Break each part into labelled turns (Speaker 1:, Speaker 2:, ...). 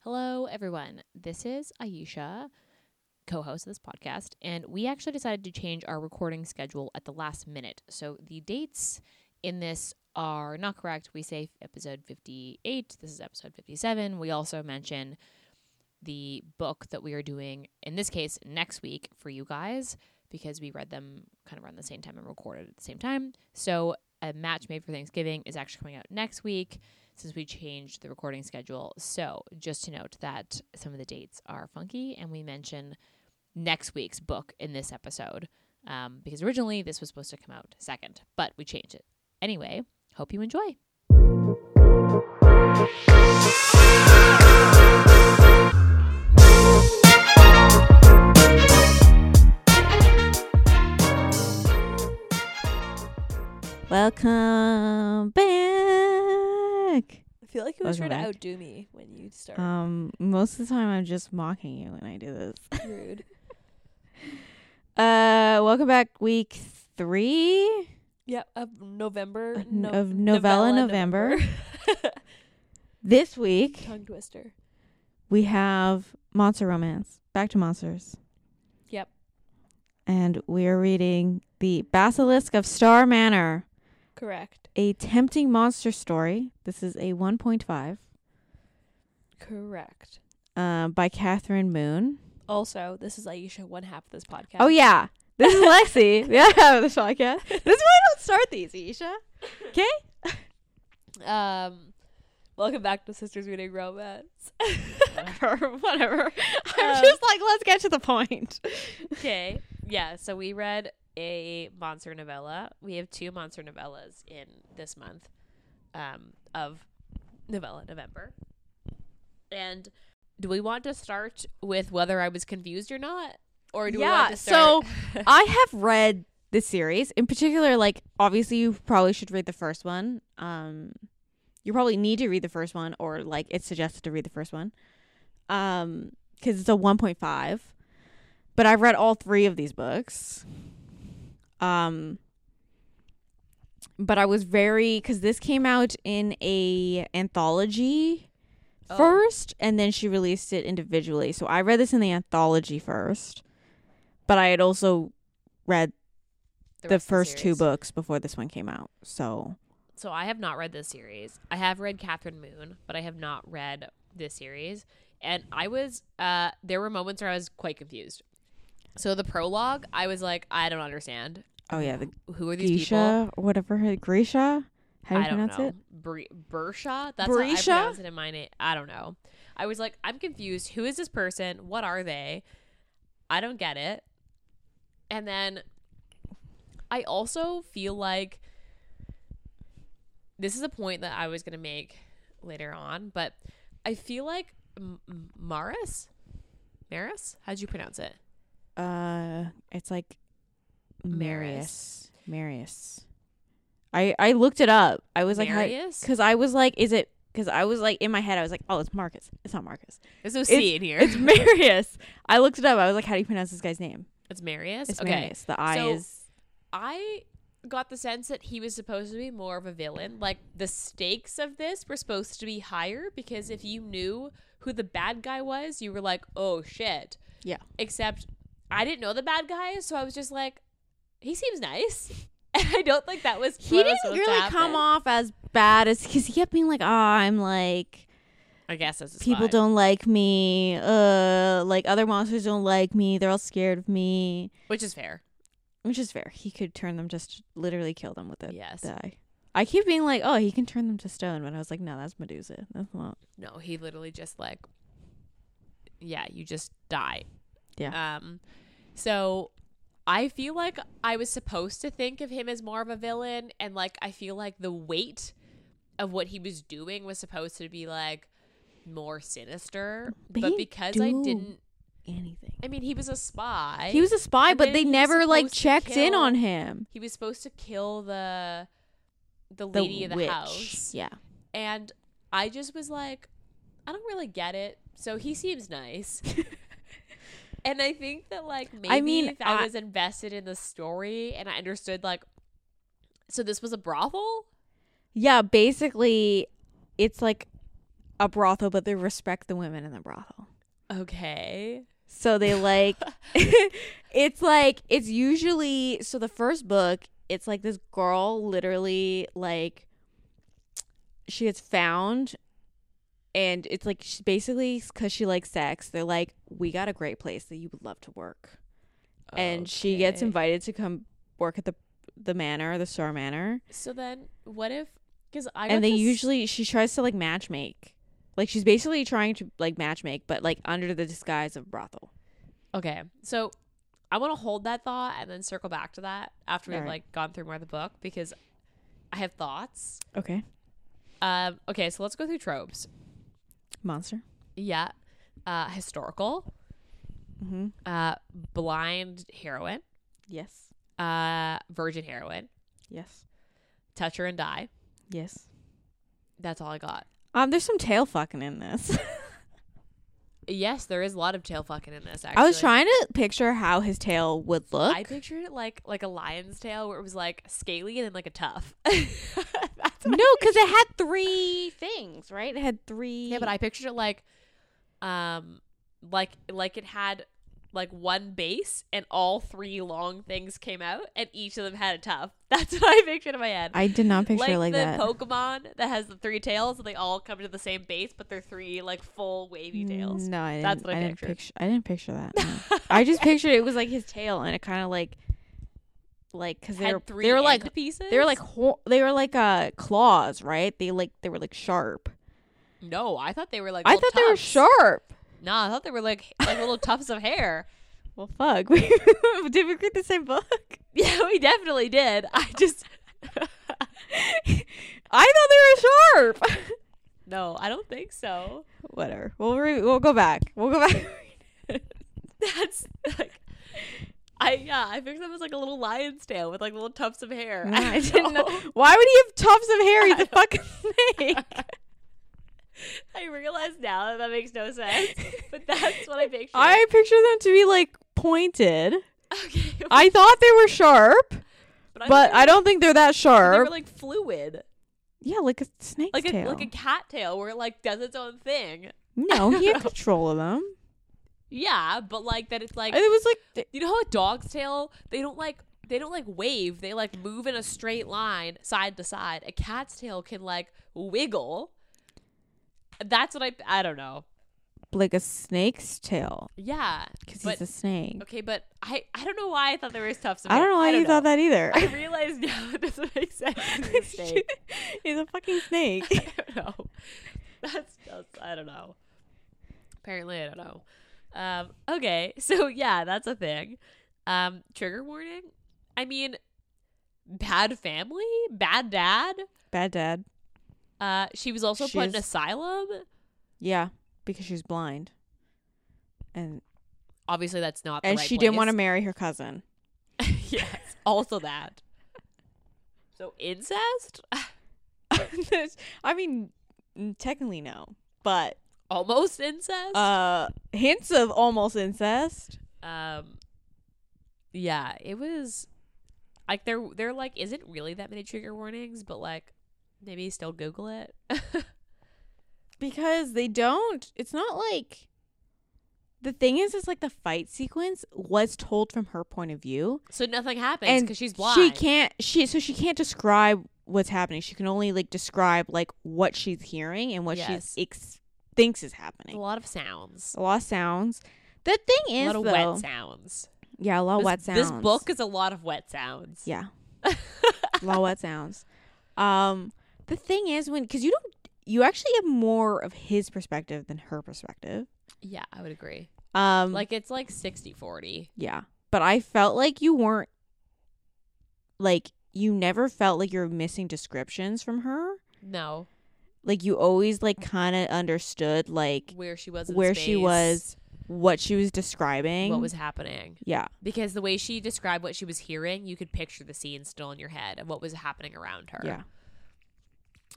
Speaker 1: Hello, everyone. This is Ayesha, co host of this podcast, and we actually decided to change our recording schedule at the last minute. So the dates in this are not correct. We say episode 58, this is episode 57. We also mention the book that we are doing, in this case, next week for you guys, because we read them kind of around the same time and recorded at the same time. So a match made for Thanksgiving is actually coming out next week since we changed the recording schedule. So, just to note that some of the dates are funky, and we mention next week's book in this episode um, because originally this was supposed to come out second, but we changed it. Anyway, hope you enjoy.
Speaker 2: Welcome back.
Speaker 3: I feel like you always try
Speaker 2: Welcome back.
Speaker 3: to outdo me when you start.
Speaker 2: Um, most of the time I'm just mocking you when I do this.
Speaker 3: Rude.
Speaker 2: Uh, welcome back, week three.
Speaker 3: Yeah, of November.
Speaker 2: Of n- of novella November. This week
Speaker 3: Tongue twister.
Speaker 2: we have monster romance. Back to monsters,
Speaker 3: Yep.
Speaker 2: and we are reading the Basilisk of Star Manor,
Speaker 3: Correct.
Speaker 2: a tempting monster story. This is a 1.5.
Speaker 3: Correct.
Speaker 2: Um, by Catherine Moon.
Speaker 3: Also, this is Aisha, one half of this podcast.
Speaker 2: Oh yeah, this is Lexi. yeah, this podcast. This is why I don't start these, Isha.
Speaker 3: yeah. Um, welcome back to Sisters Reading Romance.
Speaker 2: whatever, whatever. I'm
Speaker 3: Um,
Speaker 2: just like, let's get to the point.
Speaker 1: Okay. Yeah. So, we read a monster novella. We have two monster novellas in this month um, of Novella November. And do we want to start with whether I was confused or not? Or do we
Speaker 2: Yeah,
Speaker 1: want to start? So,
Speaker 2: I have read the series, in particular. Like, obviously, you probably should read the first one. Um, you probably need to read the first one, or like it's suggested to read the first one, um, because it's a 1.5. But I've read all three of these books. Um, but I was very because this came out in a anthology
Speaker 1: Oh.
Speaker 2: first, and then she released it individually. So I read this in the anthology first, but I had also read the,
Speaker 1: rest of
Speaker 2: first two
Speaker 1: series.
Speaker 2: books before this one came out. So
Speaker 1: So I have not read this series. I have read Catherine Moon, but I have not read this series. And I was, uh, there were moments where I was quite confused. So the prologue, I was like, I don't understand.
Speaker 2: oh yeah, the
Speaker 1: Who are these people?
Speaker 2: Geisha or whatever her Grisha. How do you
Speaker 1: I don't
Speaker 2: pronounce
Speaker 1: know.
Speaker 2: it?
Speaker 1: Bri- Bersha? That's how I
Speaker 2: Brisha?
Speaker 1: pronounce it in my name. I don't know. I was like, I'm confused. Who is this person? What are they? I don't get it. And then I also feel like this is a point that I was going to make later on, but I feel like M- M- Maris? Maris? How'd you pronounce it?
Speaker 2: Uh, it's like
Speaker 1: Maris.
Speaker 2: Marius. Marius. I I looked it up. I was like,
Speaker 1: Marius?
Speaker 2: because I was like, is it? Because I was like in my head, I was like, oh, it's Marcus. It's not Marcus.
Speaker 1: There's no C in here.
Speaker 2: It's
Speaker 1: It's,
Speaker 2: Marius. I looked it up. I was like, how do you pronounce this guy's name?
Speaker 1: Marius?
Speaker 2: It's
Speaker 1: okay.
Speaker 2: Marius. The I
Speaker 1: So-
Speaker 2: is
Speaker 1: I got the sense that he was supposed to be more of a villain. Like the stakes of this were supposed to be higher because if you knew who the bad guy was, you were like, "Oh shit."
Speaker 2: Yeah.
Speaker 1: Except I didn't know the bad guy, so I was just like, "He seems nice." And I don't think that was
Speaker 2: he
Speaker 1: what was
Speaker 2: didn't
Speaker 1: supposed to
Speaker 2: really come
Speaker 1: happen.
Speaker 2: off as bad as because he kept being like, ah, I'm like
Speaker 1: I guess that's his
Speaker 2: people
Speaker 1: vibe.
Speaker 2: don't like me. Uh, like other monsters don't like me. They're all scared of me,
Speaker 1: which is fair.
Speaker 2: which is fair. He could turn them just literally kill them with it.
Speaker 1: Yes.
Speaker 2: Die. I keep being like, oh, he can turn them to stone, but I was like, no, that's Medusa. That's not.
Speaker 1: No, he literally just like yeah, you just die.
Speaker 2: Yeah.
Speaker 1: Um so I feel like I was supposed to think of him as more of a villain and like I feel like the weight of what he was doing was supposed to be like more sinister,
Speaker 2: But
Speaker 1: but,
Speaker 2: he
Speaker 1: because I
Speaker 2: do-
Speaker 1: didn't
Speaker 2: Anything.
Speaker 1: I mean, he was a spy.
Speaker 2: He was a spy,
Speaker 1: And
Speaker 2: but
Speaker 1: then
Speaker 2: they
Speaker 1: he was
Speaker 2: never like
Speaker 1: supposed to
Speaker 2: checked in
Speaker 1: kill
Speaker 2: on him.
Speaker 1: he was supposed to kill the the
Speaker 2: The
Speaker 1: lady of the
Speaker 2: witch.
Speaker 1: house.
Speaker 2: Yeah.
Speaker 1: and I just was like, I don't really get it. So he seems nice. and I think that like maybe
Speaker 2: I mean,
Speaker 1: if I,
Speaker 2: I-
Speaker 1: was invested in the story and I understood like so this was a brothel?
Speaker 2: Yeah, basically, it's like a a brothel, but they respect the women in the brothel.
Speaker 3: Okay.
Speaker 2: So they like it's like it's usually so the first book, it's like this girl literally like she gets found and it's like she basically cuz she likes sex, they're like we got a great place that you would love to work. And she gets
Speaker 3: Okay.
Speaker 2: invited to come work at the the manor, the Star Manor.
Speaker 3: So then, what if? Because I got
Speaker 2: and they
Speaker 3: this-
Speaker 2: usually she tries to like match make. Like she's basically trying to like match make, but like under the disguise of brothel.
Speaker 3: okay. So I want to hold that thought and then circle back to that after we've
Speaker 2: All right.
Speaker 3: like gone through more of the book because I have thoughts.
Speaker 2: Okay.
Speaker 3: Um. Okay. So let's go through tropes.
Speaker 2: Monster.
Speaker 3: Yeah. Uh, historical.
Speaker 2: Mm-hmm.
Speaker 3: Uh, blind heroine.
Speaker 2: Yes.
Speaker 3: Uh, virgin heroine.
Speaker 2: Yes.
Speaker 3: Touch her and die.
Speaker 2: Yes.
Speaker 3: That's all I got.
Speaker 2: Um, there's some tail fucking in this.
Speaker 3: Yes, there is a lot of tail fucking in this. Actually,
Speaker 2: I was trying to picture how his tail would look.
Speaker 3: I pictured it like like a lion's tail, where it was like scaly and then like a tough. That's
Speaker 2: no, because it had three things, right? It had three.
Speaker 3: Yeah, but I pictured it like, um, like like it had like one base and all three long things came out and each of them had a tuft. That's what I pictured in my head.
Speaker 2: I did not picture it like
Speaker 3: the
Speaker 2: that.
Speaker 3: Pokemon that has the three tails and they all come to the same base, but they're three like full wavy tails.
Speaker 2: No, I didn't.
Speaker 3: That's what I
Speaker 2: I, didn't
Speaker 3: pictured.
Speaker 2: picture. I didn't picture that. no. I just pictured it was like his tail, and it kind of like, like because they
Speaker 3: Had
Speaker 2: were
Speaker 3: three
Speaker 2: they were like
Speaker 3: end pieces.
Speaker 2: they were like hor- they were like uh claws, right? They like they were like sharp.
Speaker 3: no, I thought they were like
Speaker 2: I
Speaker 3: little
Speaker 2: thought they were
Speaker 3: tufts.
Speaker 2: sharp.
Speaker 3: Nah, I thought they were like like little tufts of hair.
Speaker 2: Well, fuck. We did we read the same book?
Speaker 3: Yeah, we definitely did. I just
Speaker 2: I thought they were sharp.
Speaker 3: no, I don't think so.
Speaker 2: Whatever. We'll re- we'll go back. We'll go back.
Speaker 3: That's like I yeah, I pictured them as like a little lion's tail with like little tufts of hair. Oh
Speaker 2: No, I didn't know. Why would he have tufts of hair? He's a fucking snake.
Speaker 3: I realize now that that makes no sense, but that's what I pictured.
Speaker 2: I picture them to be like pointed.
Speaker 3: okay,
Speaker 2: I thought they were sharp, but
Speaker 3: I thought
Speaker 2: I don't think they're that
Speaker 3: they were- they
Speaker 2: sharp.
Speaker 3: were like fluid,
Speaker 2: yeah, like a snake's
Speaker 3: like a
Speaker 2: tail.
Speaker 3: like a cat tail where it like does its own thing.
Speaker 2: no, he had control of them.
Speaker 3: Yeah, but like that it's like
Speaker 2: And it was like
Speaker 3: you know how a dog's tail they don't like they don't like wave they like move in a straight line side to side a cat's tail can like wiggle that's what i i don't know
Speaker 2: like a snake's tail
Speaker 3: yeah
Speaker 2: because
Speaker 3: but
Speaker 2: he's a snake.
Speaker 3: okay but i i don't know why i thought there was tufts of
Speaker 2: I
Speaker 3: hair.
Speaker 2: don't know why you thought that either.
Speaker 3: i realize now it doesn't make sense It's a mistake.
Speaker 2: he's a fucking snake.
Speaker 3: i don't know that's, that's i don't know apparently i don't know um okay so yeah that's a thing um trigger warning i mean bad family bad dad
Speaker 2: Bad dad.
Speaker 3: Uh, she was also put in
Speaker 2: She's-
Speaker 3: asylum.
Speaker 2: Yeah, because she was blind, and
Speaker 3: Obviously, that's not. The
Speaker 2: and
Speaker 3: right
Speaker 2: she didn't want to
Speaker 3: place.
Speaker 2: marry her cousin.
Speaker 3: yes, also that. So incest,
Speaker 2: I mean, n- technically no, but
Speaker 3: almost incest.
Speaker 2: uh, hints of almost incest.
Speaker 3: um, yeah, it was like there. There like isn't really that many trigger warnings, but like maybe still Google it.
Speaker 2: because they don't it's not like the thing is is like the fight sequence was told from her point of view
Speaker 3: so nothing happens because she's blind.
Speaker 2: she can't she so she can't describe what's happening she can only like describe like what she's hearing and what
Speaker 3: Yes.
Speaker 2: she ex- thinks is
Speaker 3: A
Speaker 2: happening
Speaker 3: lot of sounds.
Speaker 2: a lot of sounds the thing
Speaker 3: A
Speaker 2: is
Speaker 3: lot of
Speaker 2: though
Speaker 3: wet sounds.
Speaker 2: yeah a lot of
Speaker 3: this,
Speaker 2: wet sounds
Speaker 3: This book is a lot of wet sounds.
Speaker 2: yeah a lot of wet sounds um the thing is when because you don't you actually have more of his perspective than her perspective
Speaker 3: yeah, I would agree.
Speaker 2: um
Speaker 3: Like it's like 60-40.
Speaker 2: Yeah. But I felt like you weren't like you never felt like you're missing descriptions from her.
Speaker 3: No,
Speaker 2: Like you always like
Speaker 3: Mm-hmm.
Speaker 2: kind of understood like
Speaker 3: where she was, in
Speaker 2: where she
Speaker 3: space,
Speaker 2: was, what she was describing.
Speaker 3: what was happening.
Speaker 2: Yeah.
Speaker 3: Because the way she described what she was hearing, you could picture the scene still in your head of what was happening around her.
Speaker 2: Yeah.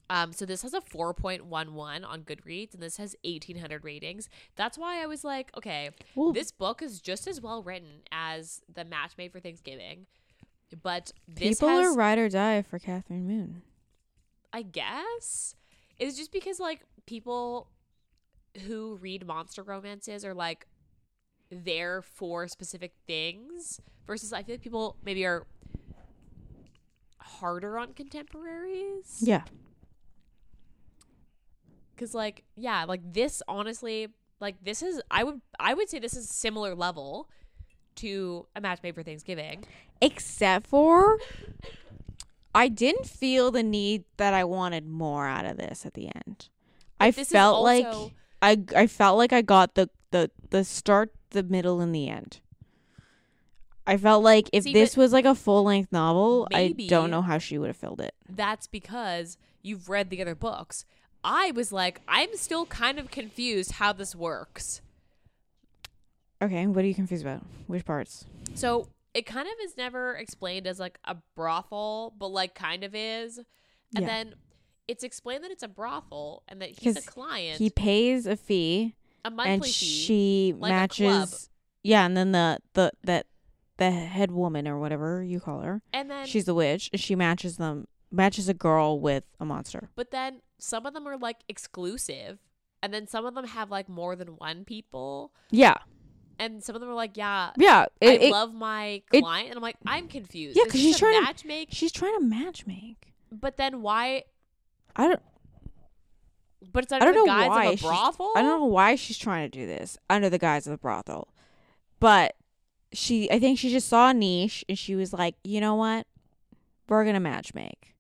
Speaker 3: Um. So this has a four point one one on Goodreads, and this has eighteen hundred ratings. That's why I was like, okay,
Speaker 2: Well,
Speaker 3: this book is just as well written as the Match Made for Thanksgiving, but this
Speaker 2: people
Speaker 3: has,
Speaker 2: are ride or die for Catherine Moon.
Speaker 3: I guess, is just because like people who read monster romances are like there for specific things versus I feel like people maybe are harder on contemporaries.
Speaker 2: Yeah.
Speaker 3: Cause like, yeah, like this honestly, like this is I would I would say this is similar level to a match made for Thanksgiving.
Speaker 2: Except for I didn't feel the need that I wanted more out of this at the end. I
Speaker 3: this is
Speaker 2: felt like
Speaker 3: also-
Speaker 2: I I felt like I got the the the start, the middle and the end. I felt like if
Speaker 3: See,
Speaker 2: this
Speaker 3: but
Speaker 2: was like a full-length novel, I
Speaker 3: maybe-
Speaker 2: don't know how she would have filled it.
Speaker 3: That's because you've read the other books. I was like, I'm still kind of confused how this works.
Speaker 2: Okay, what are you confused about? Which parts?
Speaker 3: So it kind of is never explained as like a brothel, but like kind of is. And
Speaker 2: Yeah.
Speaker 3: then it's explained that it's a brothel and that he's a
Speaker 2: 'Cause
Speaker 3: client,
Speaker 2: He pays a fee
Speaker 3: a
Speaker 2: and
Speaker 3: monthly fee.
Speaker 2: she
Speaker 3: like a club.
Speaker 2: matches Yeah, and then the the that the head woman or whatever you call her.
Speaker 3: And then,
Speaker 2: She's the witch. and She matches them matches a girl with a monster.
Speaker 3: but then some of them are like exclusive, and then some of them have like more than one people,
Speaker 2: Yeah.
Speaker 3: and some of them are like, yeah,
Speaker 2: Yeah. It,
Speaker 3: I
Speaker 2: it-
Speaker 3: love my
Speaker 2: it-
Speaker 3: client, and I'm like, I'm confused.
Speaker 2: Yeah,
Speaker 3: Is
Speaker 2: 'cause
Speaker 3: this
Speaker 2: she's
Speaker 3: a
Speaker 2: trying to-
Speaker 3: match make,
Speaker 2: she's trying to matchmake.
Speaker 3: but then why?
Speaker 2: I don't
Speaker 3: But it's
Speaker 2: I
Speaker 3: under
Speaker 2: don't
Speaker 3: the
Speaker 2: know
Speaker 3: guise
Speaker 2: why
Speaker 3: of a
Speaker 2: she's-
Speaker 3: brothel.
Speaker 2: I don't know why she's trying to do this under the guise of a brothel. But she I think she just saw a niche and she was like, "You know what? We're going to matchmake."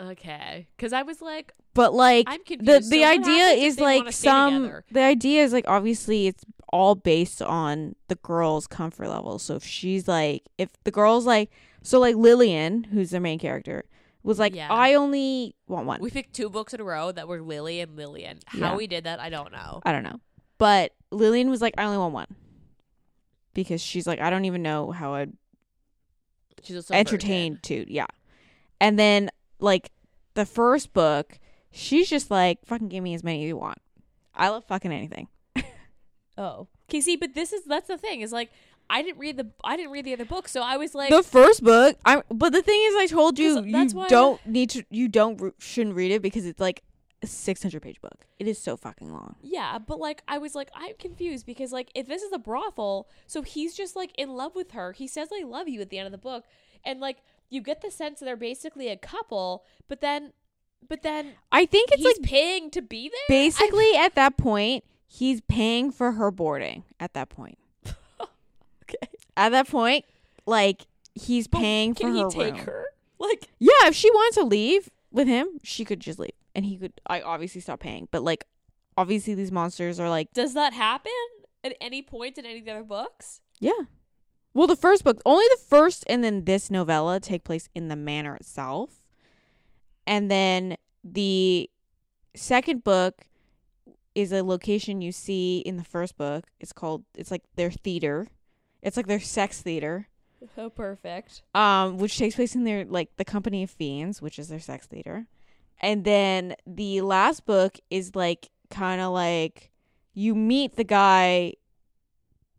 Speaker 3: Okay, because I was like,
Speaker 2: But like
Speaker 3: I'm
Speaker 2: the
Speaker 3: confused. So
Speaker 2: the
Speaker 3: what
Speaker 2: idea
Speaker 3: happens if
Speaker 2: is
Speaker 3: they wanna
Speaker 2: like
Speaker 3: stay
Speaker 2: some
Speaker 3: together?
Speaker 2: the idea is like obviously it's all based on the girl's comfort level. So if she's like if the girl's like so like Lillian, who's the main character, was like
Speaker 3: Yeah.
Speaker 2: I only want one.
Speaker 3: We picked two books in a row that were Lily and Lillian. How
Speaker 2: Yeah.
Speaker 3: we did that, I don't know.
Speaker 2: I don't know. But Lillian was like I only want one. Because she's like I don't even know how I'd
Speaker 3: She's also
Speaker 2: entertain too. Yeah. And then like the first book, she's just like fucking give me as many as you want. I love fucking anything.
Speaker 3: Oh, okay. See, but this is that's the thing. Is like I didn't read the I didn't read the other book, so I was like,
Speaker 2: the first book i but the thing is i told you
Speaker 3: 'Cause that's
Speaker 2: you
Speaker 3: why-
Speaker 2: don't need to you don't re- shouldn't read it because it's like a 600 page book it is so fucking long
Speaker 3: yeah, but like I was like I'm confused because like if this is a brothel, so he's just like in love with her. He says I love you at the end of the book, and like you get the sense that they're basically a couple, but then but then
Speaker 2: i think it's
Speaker 3: he's
Speaker 2: like
Speaker 3: paying to be there.
Speaker 2: basically at that point he's paying for her boarding at that point
Speaker 3: Okay.
Speaker 2: at that point like he's
Speaker 3: But
Speaker 2: paying
Speaker 3: Can
Speaker 2: for
Speaker 3: he
Speaker 2: her
Speaker 3: take
Speaker 2: room.
Speaker 3: her? Like
Speaker 2: yeah if she wants to leave with him she could just leave and he could i obviously stop paying but like obviously these monsters are like
Speaker 3: Does that happen at any point in any of the other books?
Speaker 2: Yeah. Well, the first book, only the first and then this novella take place in the manor itself. And then the second book is a location you see in the first book. It's called it's like their theater. It's like their sex theater.
Speaker 3: Oh, perfect.
Speaker 2: Um which takes place in their like the Company of Fiends, which is their sex theater. And then the last book is like kind of like you meet the guy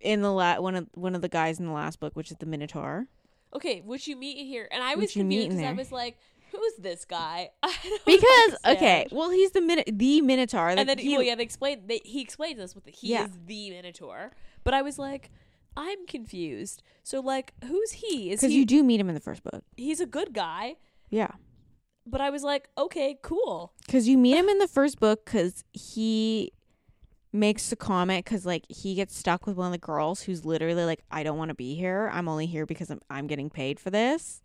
Speaker 2: in the la- one of one of the guys in the last book, which is the Minotaur,
Speaker 3: Okay, which you meet in here, and I
Speaker 2: Which
Speaker 3: was
Speaker 2: you meet
Speaker 3: confused
Speaker 2: in
Speaker 3: because I
Speaker 2: there.
Speaker 3: was like, "Who's this guy?" I don't
Speaker 2: because
Speaker 3: understand.
Speaker 2: okay, well he's the Min- the Minotaur, like,
Speaker 3: Oh, and then
Speaker 2: he-
Speaker 3: well, yeah, they explained they, he explains this with the, he
Speaker 2: Yeah.
Speaker 3: is the Minotaur, but I was like, "I'm confused." So like, who's he? Is
Speaker 2: 'cause
Speaker 3: he?
Speaker 2: you do meet him in the first book,
Speaker 3: he's a good guy,
Speaker 2: yeah,
Speaker 3: but I was like, "Okay, cool."
Speaker 2: because you meet him in the first book because he makes a comment because like he gets stuck with one of the girls who's literally like I don't want to be here, I'm only here because I'm I'm getting paid for this,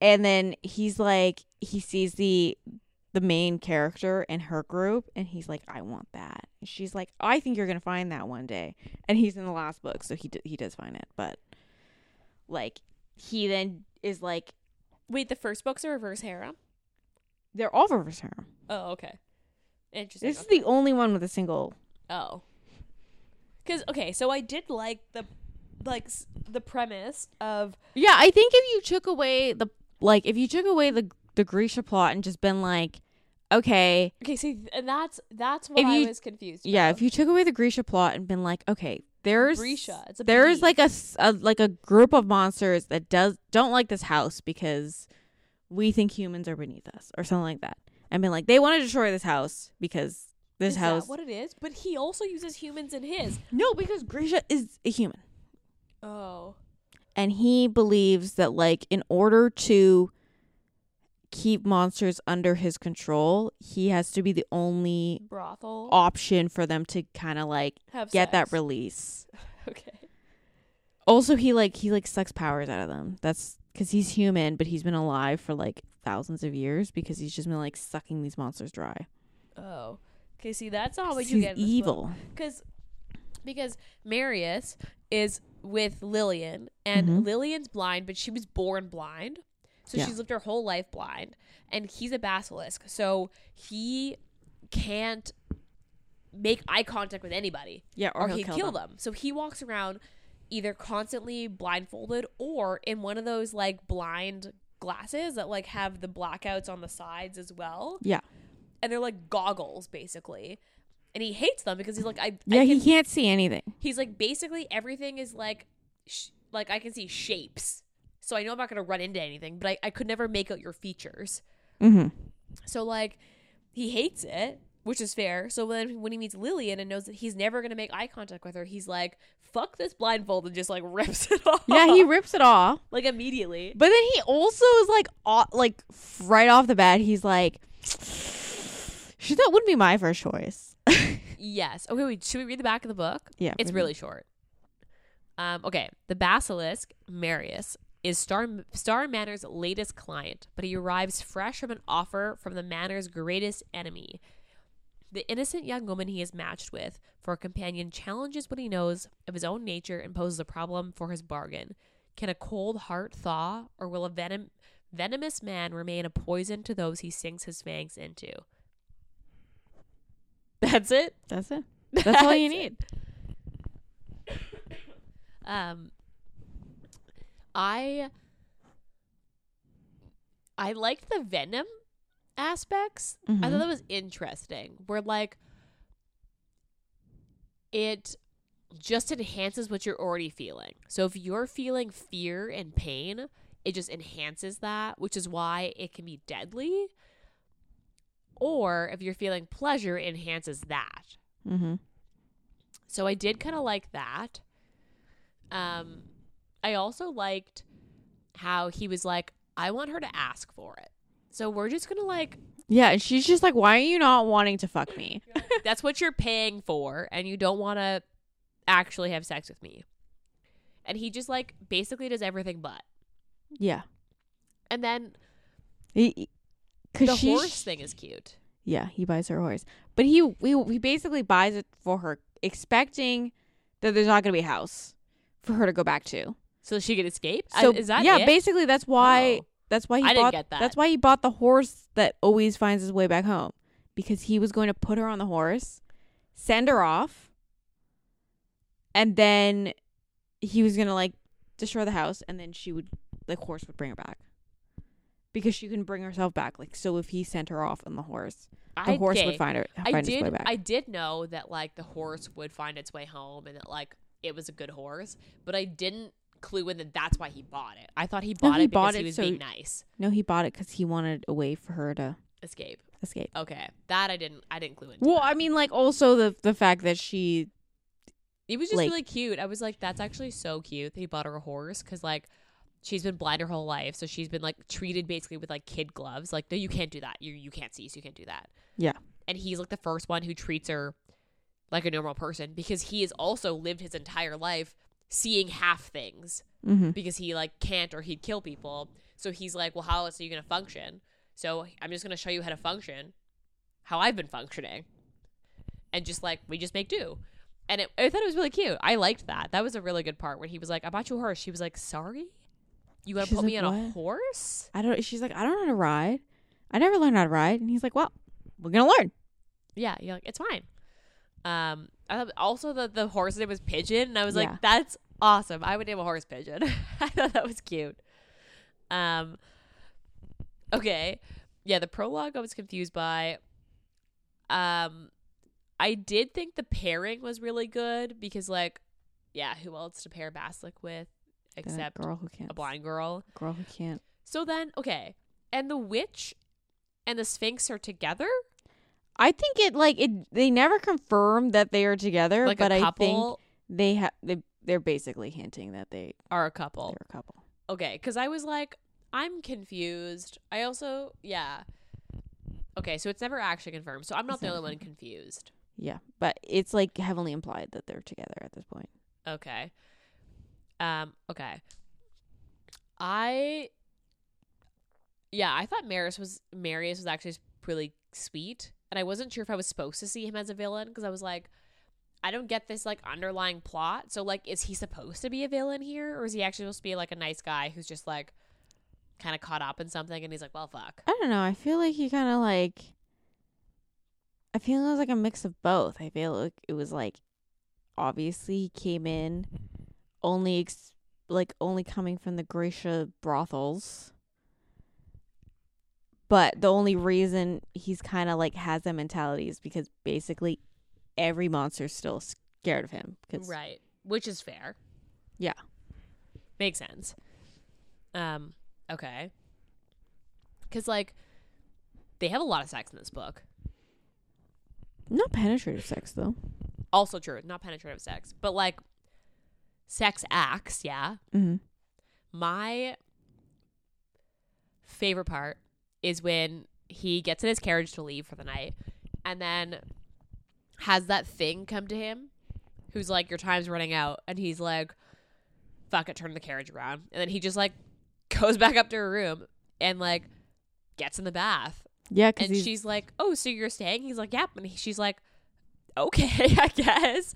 Speaker 2: and then he's like he sees the the main character and her group and he's like i want that and she's like i think you're gonna find that one day and he's in the last book so he d- he does find it but like he then is like
Speaker 3: Wait, the first book's a reverse harem.
Speaker 2: they're all reverse harem
Speaker 3: Oh, okay, interesting.
Speaker 2: this is the only one with a single
Speaker 3: Oh. Cuz okay, so I did like the like s- the premise of
Speaker 2: yeah i think if you took away the like if you took away the the grisha plot and just been like okay
Speaker 3: Okay, see and that's that's what
Speaker 2: If
Speaker 3: I
Speaker 2: you-
Speaker 3: was confused
Speaker 2: yeah
Speaker 3: about.
Speaker 2: if you took away the grisha plot and been like okay there's
Speaker 3: Grisha, it's a
Speaker 2: there's
Speaker 3: bee.
Speaker 2: like a, s- a- like a group of monsters that does don't like this house because we think humans are beneath us or something like that. I mean, like they want to destroy this house because This
Speaker 3: is
Speaker 2: house.
Speaker 3: that what it is? But he also uses humans in his.
Speaker 2: no, because Grisha is a human.
Speaker 3: Oh.
Speaker 2: and he believes that like in order to keep monsters under his control he has to be the only
Speaker 3: Brothel.
Speaker 2: option for them to kind of like
Speaker 3: Have
Speaker 2: get that
Speaker 3: sex.
Speaker 2: release
Speaker 3: Okay.
Speaker 2: also he like he like sucks powers out of them that's because he's human but he's been alive for like thousands of years because he's just been like sucking these monsters dry
Speaker 3: Oh. Okay, see, that's not what
Speaker 2: 'Cause
Speaker 3: Oh, you
Speaker 2: he's
Speaker 3: get. in this book.
Speaker 2: evil
Speaker 3: because because Marius is with Lillian and
Speaker 2: Mhm.
Speaker 3: Lillian's blind, but she was born blind. So
Speaker 2: Yeah.
Speaker 3: she's lived her whole life blind and he's a basilisk. So he can't make eye contact with anybody
Speaker 2: yeah
Speaker 3: or, he'll, kill them. So he walks around either constantly blindfolded or in one of those like blind glasses that like have the blackouts on the sides as well.
Speaker 2: Yeah.
Speaker 3: And they're like goggles basically. And he hates them because he's like I
Speaker 2: yeah
Speaker 3: I
Speaker 2: he
Speaker 3: can
Speaker 2: can't see anything
Speaker 3: He's like basically everything is like, sh- like I can see shapes, so I know I'm not gonna run into anything. But I, I could never make out your features.
Speaker 2: mm-hmm.
Speaker 3: So like, he hates it, which is fair. So then when he meets Lillian and knows that he's never gonna make eye contact with her, he's like, fuck this blindfold and just like rips it off.
Speaker 2: yeah he rips it off
Speaker 3: like immediately.
Speaker 2: But then he also is like, aw- like f- right off the bat, he's like, "Shit, that wouldn't be my first choice."
Speaker 3: Yes. Okay. Wait. Should we read the back of the book?
Speaker 2: Yeah, Mm-hmm.
Speaker 3: It's
Speaker 2: maybe.
Speaker 3: really short. Um, okay. The basilisk, Marius, is Star, Star Manor's latest client, but he arrives fresh from an offer from the Manor's greatest enemy. The innocent young woman he is matched with for a companion challenges what he knows of his own nature and poses a problem for his bargain. Can a cold heart thaw, or will a venom, venomous man remain a poison to those he sinks his fangs into? That's it.
Speaker 2: That's it. That's all you
Speaker 3: That's
Speaker 2: need.
Speaker 3: it. um, I I liked the venom aspects. I
Speaker 2: Mhm.
Speaker 3: thought that was interesting. Where like it just enhances what you're already feeling. So if you're feeling fear and pain, it just enhances that, which is why it can be deadly. Or if you're feeling pleasure, it enhances that.
Speaker 2: Mm-hmm.
Speaker 3: So I did kind of like that. Um, I also liked how he was like, I want her to ask for it. So we're just gonna like,
Speaker 2: Yeah, and she's just like, "Why are you not wanting to fuck me?"
Speaker 3: that's what you're paying for, and you don't want to actually have sex with me. And he just like basically does everything but.
Speaker 2: Yeah,
Speaker 3: And then
Speaker 2: because
Speaker 3: the
Speaker 2: she,
Speaker 3: horse thing is cute.
Speaker 2: yeah, he buys her horse, but he he he basically buys it for her, expecting that there's not gonna be a house for her to go back to.
Speaker 3: So she could escape. I-
Speaker 2: So
Speaker 3: is that
Speaker 2: yeah,
Speaker 3: it?
Speaker 2: basically that's why
Speaker 3: Oh.
Speaker 2: that's why he
Speaker 3: I didn't
Speaker 2: bought
Speaker 3: get that.
Speaker 2: that's why he bought the horse that always finds his way back home because he was going to put her on the horse, send her off, and then he was going to like destroy the house and then she would like horse would bring her back. Because she couldn't bring herself back. Like so if he sent her off on the horse, the
Speaker 3: I-
Speaker 2: horse
Speaker 3: okay.
Speaker 2: would find her find
Speaker 3: I
Speaker 2: his way
Speaker 3: did.
Speaker 2: back.
Speaker 3: I did know that like the horse would find its way home, and that like it was a good horse. But I didn't clue in that that's why he bought it. I thought he bought
Speaker 2: he
Speaker 3: it because
Speaker 2: bought
Speaker 3: he
Speaker 2: it
Speaker 3: was
Speaker 2: so-
Speaker 3: being nice.
Speaker 2: no, he bought it cuz he wanted a way for her to
Speaker 3: Escape.
Speaker 2: escape.
Speaker 3: Okay, that I didn't. I didn't clue in.
Speaker 2: Well, I mean like also the the fact that she
Speaker 3: it was just
Speaker 2: like-
Speaker 3: really cute. I was like, that's actually so cute that he bought her a horse because like. She's been blind her whole life, so she's been like treated basically with like kid gloves. Like, no, you can't do that. You you can't see, so you can't do that.
Speaker 2: Yeah.
Speaker 3: And he's like the first one who treats her like a normal person because he has also lived his entire life seeing half things.
Speaker 2: mhm
Speaker 3: because he like can't or he'd kill people. So he's like, well, how else are you gonna function? So I'm just gonna show you how to function, how I've been functioning, and just like we just make do. And it, I thought it was really cute. I liked that. That was a really good part when he was like, "I bought you a horse." She was like, "Sorry, you gotta
Speaker 2: She's
Speaker 3: put me
Speaker 2: like,
Speaker 3: on a
Speaker 2: "What?"
Speaker 3: horse?"
Speaker 2: I don't. She's like, I don't know how to ride. I never learned how to ride. And he's like, Well, we're gonna learn.
Speaker 3: Yeah, you're like, "It's fine." Um, I thought also the the horse name was Pigeon, and I was
Speaker 2: Yeah.
Speaker 3: like, "That's awesome." I would name a horse Pigeon. I thought that was cute. Um, okay, yeah, the prologue I was confused by. Um, I did think the pairing was really good because, like, yeah, who else to pair Basilick with
Speaker 2: Then
Speaker 3: except
Speaker 2: a girl who can't.
Speaker 3: a blind girl?
Speaker 2: girl who can't.
Speaker 3: So then, okay, and the witch and the sphinx are together.
Speaker 2: I think it like it. They never confirm that they are together,
Speaker 3: Like
Speaker 2: but
Speaker 3: a
Speaker 2: I
Speaker 3: couple
Speaker 2: think they have. They they're basically hinting that they
Speaker 3: are a couple.
Speaker 2: they're a couple.
Speaker 3: Okay, because I was like, I'm confused. I also, yeah. Okay, so it's never actually confirmed. So I'm not
Speaker 2: It's
Speaker 3: the
Speaker 2: never
Speaker 3: only one confused.
Speaker 2: Yeah, but it's like heavily implied that they're together at this point.
Speaker 3: Okay. Um. Okay. I. Yeah, I thought Marius was Marius was actually really sweet, and I wasn't sure if I was supposed to see him as a villain because I was like, I don't get this like underlying plot. So like, is he supposed to be a villain here, or is he actually supposed to be like a nice guy who's just like kind of caught up in something, and he's like, well, fuck.
Speaker 2: I don't know. I feel like he kind of like. I feel it was like a mix of both. I feel like it was like, obviously he came in, only ex- like only coming from the Gracia brothels. But the only reason he's kind of like has that mentality is because basically every monster's still scared of him. 'cause-
Speaker 3: Right. Which is fair.
Speaker 2: Yeah.
Speaker 3: Makes sense. Um, okay. Cause like they have a lot of sex in this book.
Speaker 2: Not penetrative sex though.
Speaker 3: Also true, not penetrative sex, but like sex acts, yeah.
Speaker 2: Mm-hmm.
Speaker 3: My favorite part is when he gets in his carriage to leave for the night and then has that thing come to him who's like, Your time's running out. And he's like, Fuck it, turn the carriage around. And then he just like goes back up to her room and like gets in the bath.
Speaker 2: Yeah, because
Speaker 3: And she's like, Oh, so you're staying? He's like, Yep. And he- she's like, Okay, I guess.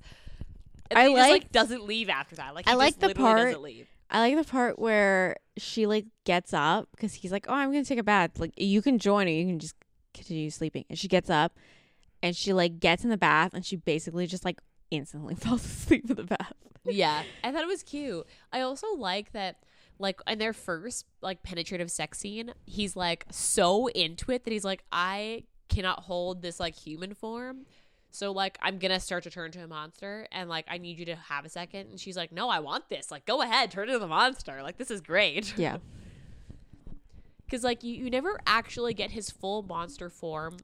Speaker 3: And
Speaker 2: I
Speaker 3: then he just like
Speaker 2: liked-
Speaker 3: doesn't leave after that. Like,
Speaker 2: I
Speaker 3: he
Speaker 2: like
Speaker 3: just
Speaker 2: the
Speaker 3: literally doesn't
Speaker 2: part-
Speaker 3: leave.
Speaker 2: I like the part where she like gets up because he's like, "Oh, I'm gonna take a bath. Like, you can join or you can just continue sleeping." And she gets up, and she like gets in the bath, and she basically just like instantly falls asleep in the bath.
Speaker 3: yeah i thought it was cute i also like that like in their first like penetrative sex scene he's like so into it that he's like i cannot hold this like human form so like i'm gonna start to turn to a monster and like i need you to have a second and she's like no i want this like go ahead turn into the monster like this is great
Speaker 2: Yeah,
Speaker 3: because like you, you never actually get his full monster form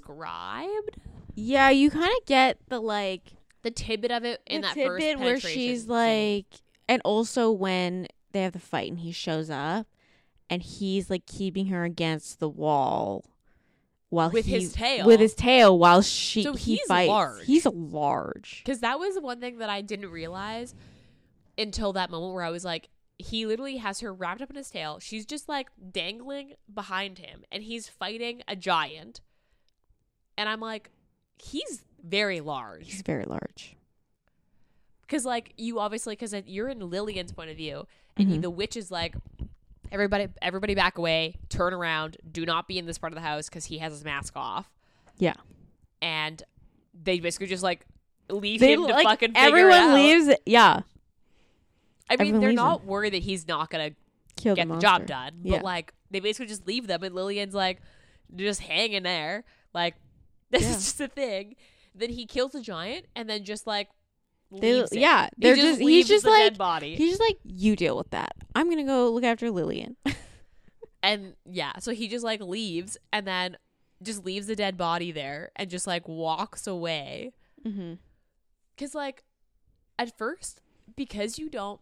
Speaker 3: described
Speaker 2: yeah. You kind of get the like
Speaker 3: the tidbit of it in
Speaker 2: the
Speaker 3: that
Speaker 2: tidbit where
Speaker 3: first penetration
Speaker 2: she's
Speaker 3: scene.
Speaker 2: like, and also when they have the fight and he shows up, and he's like keeping her against the wall. While
Speaker 3: With
Speaker 2: he-
Speaker 3: his tail.
Speaker 2: with his tail, while she
Speaker 3: So
Speaker 2: he
Speaker 3: he's
Speaker 2: fights,
Speaker 3: large.
Speaker 2: he's large.
Speaker 3: Because that was one thing that I didn't realize until that moment where I was like, he literally has her wrapped up in his tail. She's just like dangling behind him, and he's fighting a giant. And I'm like, he's very large.
Speaker 2: He's very large.
Speaker 3: Because, like, you obviously, because you're in Lillian's point of view, and
Speaker 2: Mm-hmm.
Speaker 3: he, the witch is like, everybody, everybody back away, turn around, do not be in this part of the house because he has his mask off.
Speaker 2: Yeah.
Speaker 3: And they basically just like leave him to fucking figure
Speaker 2: everyone
Speaker 3: it out.
Speaker 2: leaves. Yeah,
Speaker 3: I mean,
Speaker 2: Everyone
Speaker 3: they're
Speaker 2: leaves
Speaker 3: not worried that he's not gonna
Speaker 2: kill
Speaker 3: get
Speaker 2: the,
Speaker 3: the job
Speaker 2: monster.
Speaker 3: done, but
Speaker 2: Yeah.
Speaker 3: like they basically just leave them, and Lillian's like just hanging there, like this
Speaker 2: Yeah.
Speaker 3: is just a thing. Then he kills the giant, and then just like
Speaker 2: They,
Speaker 3: leaves it.
Speaker 2: yeah,
Speaker 3: He
Speaker 2: they're just, he's
Speaker 3: leaves
Speaker 2: just
Speaker 3: the
Speaker 2: like
Speaker 3: dead body,
Speaker 2: he's just like you deal with that. I'm gonna go look after Lillian.
Speaker 3: and yeah, so he just like leaves, and then just leaves the dead body there, and just like walks away.
Speaker 2: mm-hmm.
Speaker 3: Cause like at first, because you don't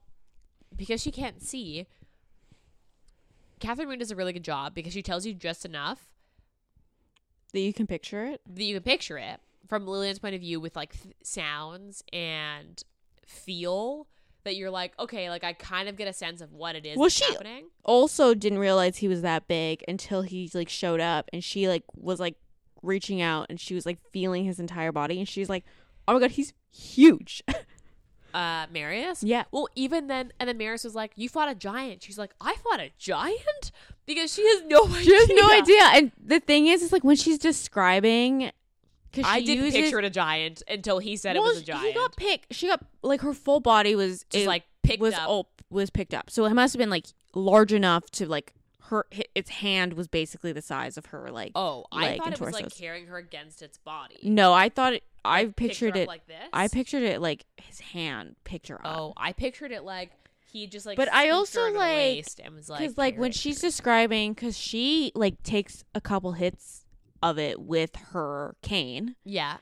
Speaker 3: because she can't see, Catherine Moon does a really good job because she tells you just enough
Speaker 2: That you can picture it.
Speaker 3: that you can picture it from Lillian's point of view with like th- sounds and feel that you're like, okay, like I kind of get a sense of what it is
Speaker 2: Well,
Speaker 3: that's
Speaker 2: she-
Speaker 3: happening.
Speaker 2: Also, didn't realize he was that big until he like showed up, and she like was like reaching out, and she was like feeling his entire body, and she's like, "Oh my god, he's huge."
Speaker 3: Uh Marius.
Speaker 2: yeah,
Speaker 3: Well, even then, and then Marius was like, "You fought a giant." She's like, "I fought a giant," because she has no idea.
Speaker 2: she has no idea. And the thing is, it's like when she's describing. Cause
Speaker 3: I
Speaker 2: she
Speaker 3: didn't
Speaker 2: uses-
Speaker 3: picture it a giant until he said it was a giant.
Speaker 2: He got picked. She got like her full body was
Speaker 3: just
Speaker 2: it
Speaker 3: like picked
Speaker 2: was
Speaker 3: up.
Speaker 2: oh, was picked up. So it must have been like large enough to like her. hi- Its hand was basically the size of her. Like
Speaker 3: Oh, I
Speaker 2: leg
Speaker 3: thought
Speaker 2: and
Speaker 3: it was like
Speaker 2: torsos.
Speaker 3: carrying her against its body.
Speaker 2: no, I thought it, I
Speaker 3: Picture
Speaker 2: pictured
Speaker 3: up
Speaker 2: it.
Speaker 3: like this.
Speaker 2: I pictured it like his hand picture up.
Speaker 3: Oh, I pictured it like he just like.
Speaker 2: But I
Speaker 3: scooped
Speaker 2: also,
Speaker 3: her to the
Speaker 2: like-
Speaker 3: waist and was like
Speaker 2: because like when
Speaker 3: carrying
Speaker 2: she's
Speaker 3: her.
Speaker 2: describing, because she like takes a couple hits of it with her cane.
Speaker 3: Yeah.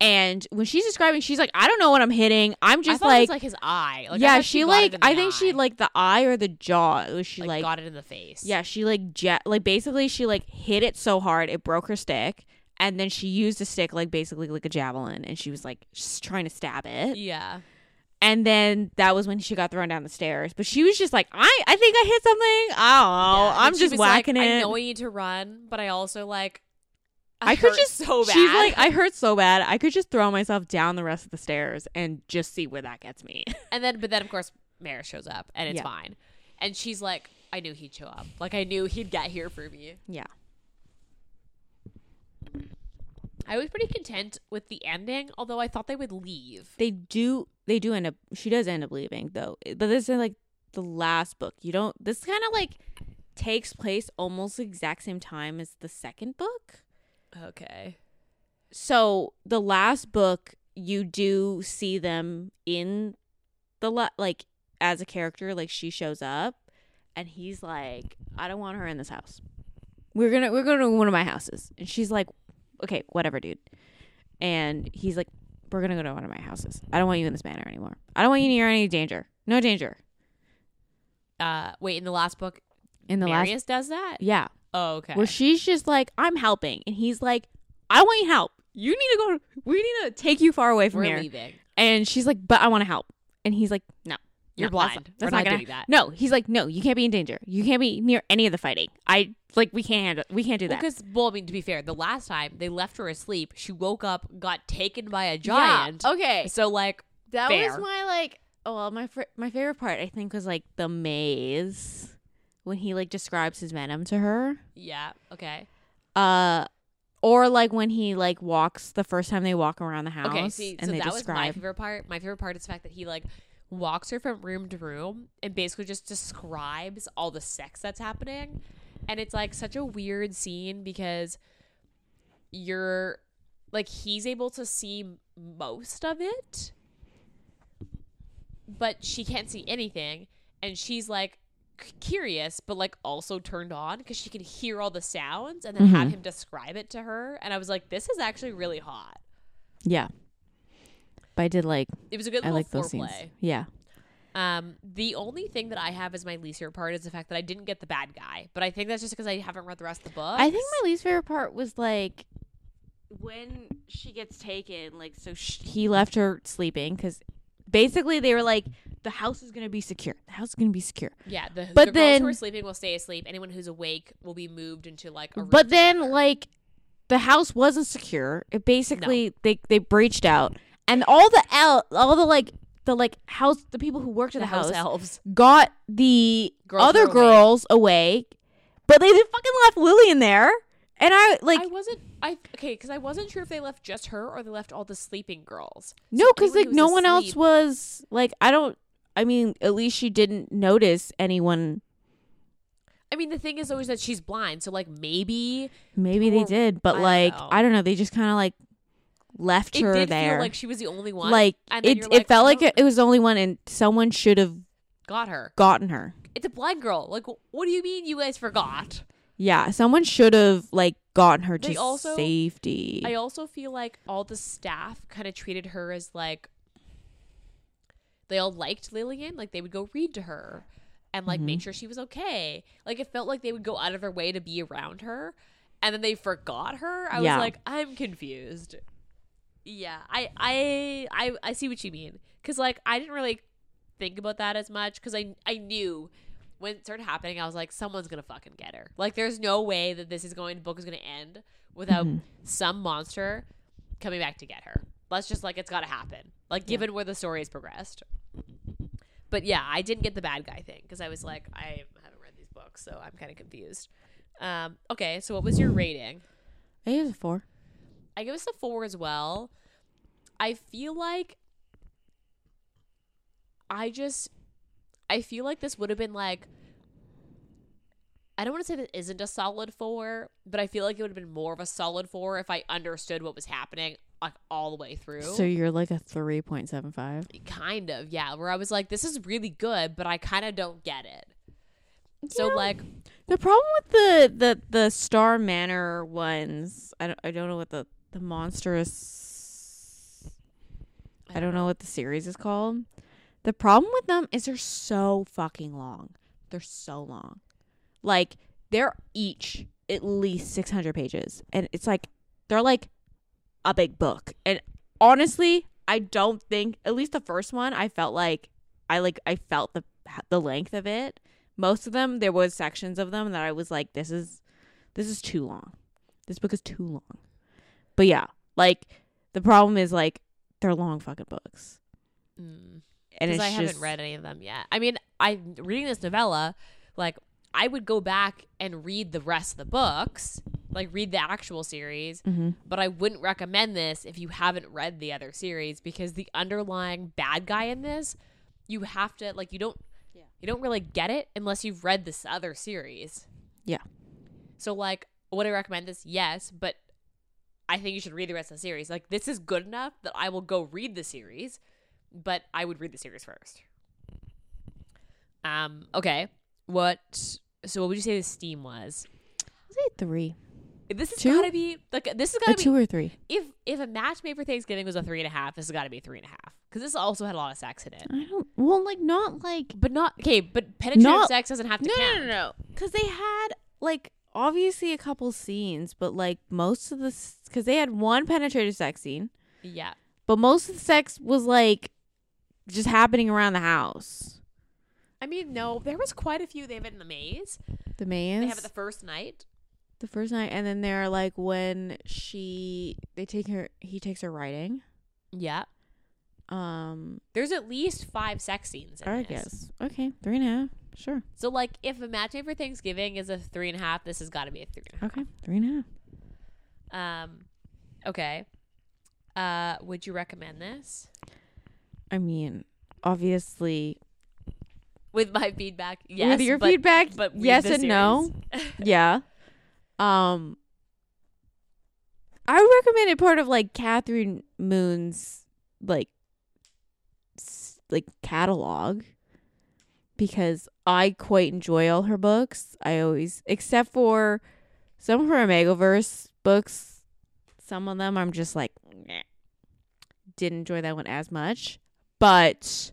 Speaker 2: And when she's describing, she's like, I don't know what I'm hitting. I'm
Speaker 1: Just
Speaker 2: just
Speaker 1: I like,
Speaker 2: like,
Speaker 1: was like his eye. Like, I
Speaker 2: yeah,
Speaker 1: thought
Speaker 2: she
Speaker 1: got him
Speaker 2: like,
Speaker 1: in the
Speaker 2: I think
Speaker 1: eye.
Speaker 2: she like the eye or the jaw. It was she
Speaker 1: like,
Speaker 2: like,
Speaker 1: got it in the face.
Speaker 2: yeah, she like jet, like basically she like hit it so hard it broke her stick, and then she used the stick like basically like a javelin, and she was like s- trying to stab it,
Speaker 3: Yeah.
Speaker 2: and then that was when she got thrown down the stairs. But she was just like, I, I think I hit something. I don't know.
Speaker 3: Yeah.
Speaker 2: I'm
Speaker 3: And she
Speaker 2: just
Speaker 3: was like,
Speaker 2: whacking it.
Speaker 3: I know I need to run, but I also like
Speaker 2: I could
Speaker 3: hurt
Speaker 2: just
Speaker 3: so bad.
Speaker 2: She's like, I hurt so bad. I could just throw myself down the rest of the stairs and just see where that gets me.
Speaker 3: and then but then of course Mara shows up and it's
Speaker 2: Yeah.
Speaker 3: fine. And she's like, I knew he'd show up. Like I knew he'd get here for me.
Speaker 2: Yeah.
Speaker 3: I was pretty content with the ending, although I thought they would leave.
Speaker 2: They do they do end up she does end up leaving though. But this is like the last book. You don't this kind of like takes place almost the exact same time as the second book.
Speaker 3: Okay.
Speaker 2: So the last book you do see them in the la- like as a character like she shows up and he's like I don't want her in this house. We're going to we're going to one of my houses. And she's like okay, whatever, dude. And he's like we're going to go to one of my houses. I don't want you in this manor anymore. I don't want you near any danger. No danger.
Speaker 3: Uh wait, in the last book,
Speaker 2: In the last
Speaker 3: Marius does that?
Speaker 2: Yeah.
Speaker 3: Oh, okay.
Speaker 2: Where she's just like I'm helping and he's like I want you help. You need to go we need to take you far away from
Speaker 3: We're
Speaker 2: here.
Speaker 3: leaving.
Speaker 2: And she's like, "But I want to help." And he's like, "No,
Speaker 3: You're
Speaker 2: no, that's
Speaker 3: blind.
Speaker 2: not- That's,
Speaker 3: We're
Speaker 2: not,
Speaker 3: not
Speaker 2: gonna
Speaker 3: doing that."
Speaker 2: No, he's like, "No, you can't be in danger. You can't be near any of the fighting. I like we can't handle. We can't do that."
Speaker 3: Because, well, I mean, to be fair, the last time they left her asleep, she woke up, got taken by a giant.
Speaker 2: okay,
Speaker 3: So, like,
Speaker 2: that
Speaker 3: fair.
Speaker 2: was my like. Oh well, my fr- my favorite part I think was like the maze when he like describes his venom to her.
Speaker 3: yeah, okay.
Speaker 2: Uh. Or like when he like walks the first time they walk around the house
Speaker 3: Okay, see,
Speaker 2: and
Speaker 3: so
Speaker 2: they
Speaker 3: that was my
Speaker 2: describe
Speaker 3: favorite part. My favorite part is the fact that he, like, walks her from room to room and basically just describes all the sex that's happening. And it's, like, such a weird scene because you're, like, he's able to see most of it, but she can't see anything. And she's, like, c- curious but like also turned on because she can hear all the sounds and then have
Speaker 2: Mm-hmm.
Speaker 3: him describe it to her and i was like this is actually really hot
Speaker 2: yeah. But I did like
Speaker 3: it was a good
Speaker 2: I
Speaker 3: little
Speaker 2: like those scenes.
Speaker 3: foreplay.
Speaker 2: Yeah.
Speaker 3: Um, the only thing that I have as my least favorite part is the fact that I didn't get the bad guy, but I think that's just because I haven't read the rest of the book.
Speaker 2: I think my least favorite part was like when she gets taken. Like, so sh- he left her sleeping because basically they were like, the house is gonna be secure. The house is gonna be secure.
Speaker 3: yeah, the,
Speaker 2: but
Speaker 3: the girls who are
Speaker 2: then-
Speaker 3: sleeping will stay asleep. Anyone who's awake will be moved into like a room.
Speaker 2: But then like the house wasn't secure. It basically they they breached out and all the el- all the like the like house the people who worked at the, house,
Speaker 3: elves.
Speaker 2: got the
Speaker 3: Girls
Speaker 2: other
Speaker 3: who were awake.
Speaker 2: girls awake, but they, they fucking left Lillian there. And I like
Speaker 3: I wasn't. I okay because I wasn't sure if they left just her or they left all the sleeping girls.
Speaker 2: No, because like
Speaker 3: anyone who
Speaker 2: no
Speaker 3: was
Speaker 2: one else
Speaker 3: asleep-
Speaker 2: was like I don't. I mean, at least she didn't notice anyone.
Speaker 3: I mean, the thing is always that she's blind, so like maybe
Speaker 2: Maybe they
Speaker 3: Or-
Speaker 2: did, but
Speaker 3: I don't
Speaker 2: like
Speaker 3: know.
Speaker 2: I don't know. They just kind of like left
Speaker 3: it
Speaker 2: her
Speaker 3: did
Speaker 2: there.
Speaker 3: feel like she was the only one.
Speaker 2: Like,
Speaker 3: and
Speaker 2: it,
Speaker 3: then you're
Speaker 2: it felt
Speaker 3: oh,
Speaker 2: like it, it was the only one, and someone should have
Speaker 3: got her.
Speaker 2: gotten her.
Speaker 3: It's a blind girl. Like, wh- what do you mean you guys forgot?
Speaker 2: Yeah, someone should have like gotten her
Speaker 3: They
Speaker 2: to
Speaker 3: also-
Speaker 2: safety.
Speaker 3: I also feel like all the staff kind of treated her as like they all liked Lillian, like they would go read to her and like make sure she was okay. Like it felt like they would go out of their way to be around her and then they forgot her. I
Speaker 2: Yeah.
Speaker 3: was like, I'm confused. Yeah, I I I, I see what you mean cuz like I didn't really think about that as much cuz I I knew when it started happening, I was like, someone's gonna fucking get her. Like, there's no way that this is going, book is gonna end without some monster coming back to get her. Let's just like, it's gotta happen. Like, given where the story has progressed. But yeah, I didn't get the bad guy thing because I was like, I haven't read these books, so I'm kind of confused. Um, okay, so what was your rating?
Speaker 2: I gave it a four.
Speaker 3: I give us a four as well. I feel like I just I feel like this would have been like I don't want to say that isn't a solid four, but I feel like it would have been more of a solid four if I understood what was happening like all the way through.
Speaker 2: So you're like a three point seven five.
Speaker 3: kind of, yeah, where I was like, this is really good, but I kind of don't get it. So like
Speaker 2: The problem with the the the Star Manor ones, I don't I don't know what the the monstrous. I don't know what the series is called. The problem with them is they're so fucking long. They're so long. Like they're each at least 600 pages and it's like they're like a big book. And honestly, I don't think at least the first one I felt like I like I felt the the length of it most of them there was sections of them that i was like this is this is too long this book is too long but yeah like the problem is like they're long fucking books
Speaker 3: mm,
Speaker 2: and
Speaker 3: because
Speaker 2: it's
Speaker 3: I haven't
Speaker 2: just-
Speaker 3: read any of them yet. I mean, I reading this novella, like I would go back and read the rest of the books, like read the actual series,
Speaker 2: Mhm.
Speaker 3: but I wouldn't recommend this if you haven't read the other series because the underlying bad guy in this, you have to like you don't you don't really get it unless you've read this other series.
Speaker 2: Yeah.
Speaker 3: So like would I recommend this? Yes, but I think you should read the rest of the series. Like this is good enough that I will go read the series, but I would read the series first. Um okay. What so what would you say the steam was?
Speaker 2: I'd say three
Speaker 3: This has
Speaker 2: Two?
Speaker 3: gotta be like this has
Speaker 2: a
Speaker 3: gotta be
Speaker 2: two or three
Speaker 3: if if a match made for Thanksgiving was a three and a half, this has got to be three and a half because this also had a lot of sex in it.
Speaker 2: i don't well like not like
Speaker 3: But not okay. But penetrative
Speaker 2: Not-
Speaker 3: sex doesn't have to
Speaker 2: no
Speaker 3: count.
Speaker 2: no no no because they had like obviously a couple scenes but like most of the because they had one penetrative sex scene
Speaker 3: Yeah,
Speaker 2: but most of the sex was like just happening around the house
Speaker 3: I mean, no. There was quite a few. They have it in the maze.
Speaker 2: the man
Speaker 3: They have it the first night.
Speaker 2: the first night and then they're like when she they take her he takes her riding
Speaker 3: Yeah,
Speaker 2: um
Speaker 3: there's at least five sex scenes. In
Speaker 2: i
Speaker 3: this.
Speaker 2: guess okay three and a half sure
Speaker 3: So like, if a match made for Thanksgiving is a three and a half, this has got to be a three and a half.
Speaker 2: okay three and a half
Speaker 3: Um, okay. Uh, would you recommend this?
Speaker 2: i mean obviously
Speaker 3: With my feedback, yes.
Speaker 2: your
Speaker 3: but-
Speaker 2: feedback,
Speaker 3: but read
Speaker 2: yes
Speaker 3: the
Speaker 2: and no.
Speaker 3: series.
Speaker 2: yeah um i recommended part of like catherine moon's like s- like catalog because i quite enjoy all her books i always except for some of her Omegaverse books, some of them I'm just like, "Meh." didn't enjoy that one as much. But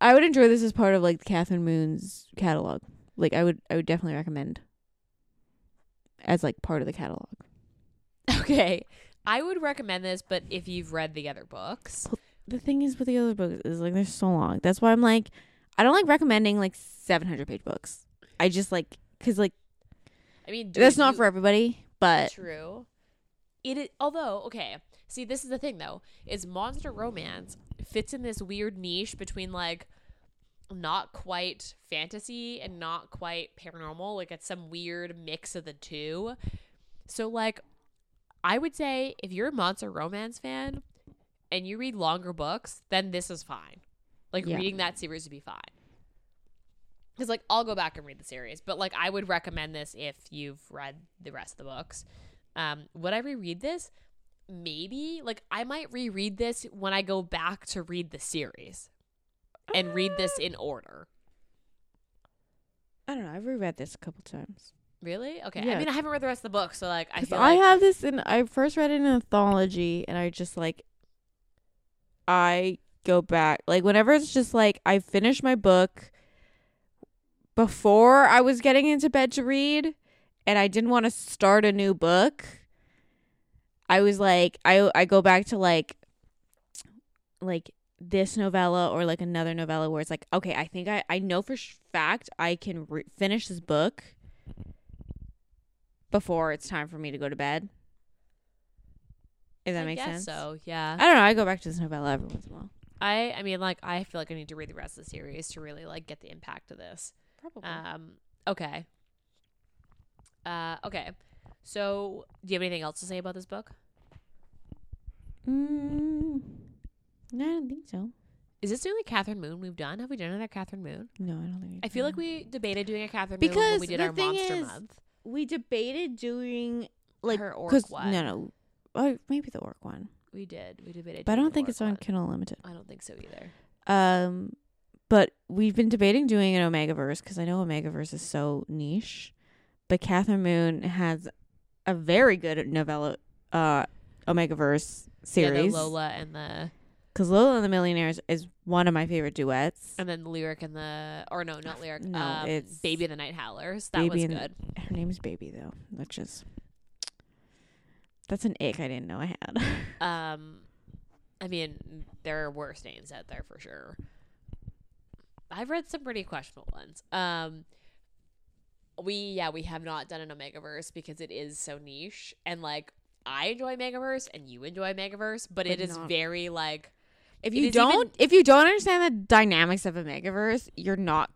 Speaker 2: I would enjoy this as part of like Catherine Moon's catalog. Like I would, I would definitely recommend as like part of the catalog.
Speaker 3: Okay. I would recommend this, but if you've read the other books,
Speaker 2: The thing is with the other books is like they're so long. That's why I'm like, I don't like recommending like 700 page books. I just like because like
Speaker 3: I mean, dude,
Speaker 2: that's not
Speaker 3: you-
Speaker 2: for everybody. But
Speaker 3: true. It is, although okay. See, this is the thing though: is monster romance fits in this weird niche between like not quite fantasy and not quite paranormal. Like it's some weird mix of the two. So like, I would say if you're a monster romance fan and you read longer books, then this is fine. Like
Speaker 2: Yeah.
Speaker 3: reading that series would be fine. Because like I'll go back and read the series, but like I would recommend this if you've read the rest of the books. Um, would I reread this? Maybe. Like I might reread this when I go back to read the series and read
Speaker 2: Ah.
Speaker 3: this in order.
Speaker 2: I don't know. I've reread this a couple times.
Speaker 3: Really? Okay. I
Speaker 2: Yeah.
Speaker 3: mean, I haven't read the rest of the book, so like I
Speaker 2: Because
Speaker 3: feel
Speaker 2: I
Speaker 3: like
Speaker 2: have this, and I first read it in anthology, and I just like, I go back like whenever it's just like I finish my book before I was getting into bed to read, and I didn't want to start a new book. I was like, I I go back to like, like this novella or like another novella where it's like, okay, I think I I know for sh- fact I can re- finish this book before it's time for me to go to bed. If that
Speaker 3: I
Speaker 2: makes sense.
Speaker 3: guess So yeah.
Speaker 2: I don't know. I go back to this novella every once in a while.
Speaker 3: I I mean like I feel like I need to read the rest of the series to really like get the impact of this.
Speaker 2: Probably.
Speaker 3: Um okay. Uh okay. So, do you have anything else to say about this book?
Speaker 2: mm, no, I don't think so.
Speaker 3: Is this the only Catherine Moon we've done? Have we done another Catherine Moon?
Speaker 2: No, I don't think.
Speaker 3: I feel like we debated doing a Catherine Moon when
Speaker 2: Because
Speaker 3: we did
Speaker 2: the
Speaker 3: our
Speaker 2: thing
Speaker 3: Monster
Speaker 2: is,
Speaker 3: Month.
Speaker 2: we debated doing like
Speaker 3: Her orc
Speaker 2: 'cause-
Speaker 3: one.
Speaker 2: No, no. Oh, maybe the orc one,
Speaker 3: We did. We debated.
Speaker 2: but I
Speaker 3: doing
Speaker 2: don't
Speaker 3: the
Speaker 2: think
Speaker 3: orc
Speaker 2: it's on
Speaker 3: one.
Speaker 2: Kindle Unlimited.
Speaker 3: I don't think so either.
Speaker 2: Um, But we've been debating doing an Omegaverse because I know Omegaverse is so niche. But Catherine Moon has a very good novella, uh, Omegaverse
Speaker 3: Yeah, the
Speaker 2: series.
Speaker 3: Lola and the
Speaker 2: Because Lola and the Millionaires is one of my favorite duets.
Speaker 3: and then lyric and the or no, not lyric.
Speaker 2: No,
Speaker 3: um,
Speaker 2: it's-
Speaker 3: baby and the night howlers. That
Speaker 2: Baby
Speaker 3: was
Speaker 2: and-
Speaker 3: good.
Speaker 2: Her name is Baby, though, which is. That's an ick I didn't know I had.
Speaker 3: Um, I mean, there are worse names out there for sure. I've read some pretty questionable ones. Um, we yeah, we have not done an Omegaverse because it is so niche and like I enjoy Megaverse and you enjoy Megaverse, but, it
Speaker 2: But
Speaker 3: is
Speaker 2: not-
Speaker 3: very like
Speaker 2: If
Speaker 3: It
Speaker 2: you
Speaker 3: is even-
Speaker 2: don't, if you don't understand the dynamics of a megaverse, you're not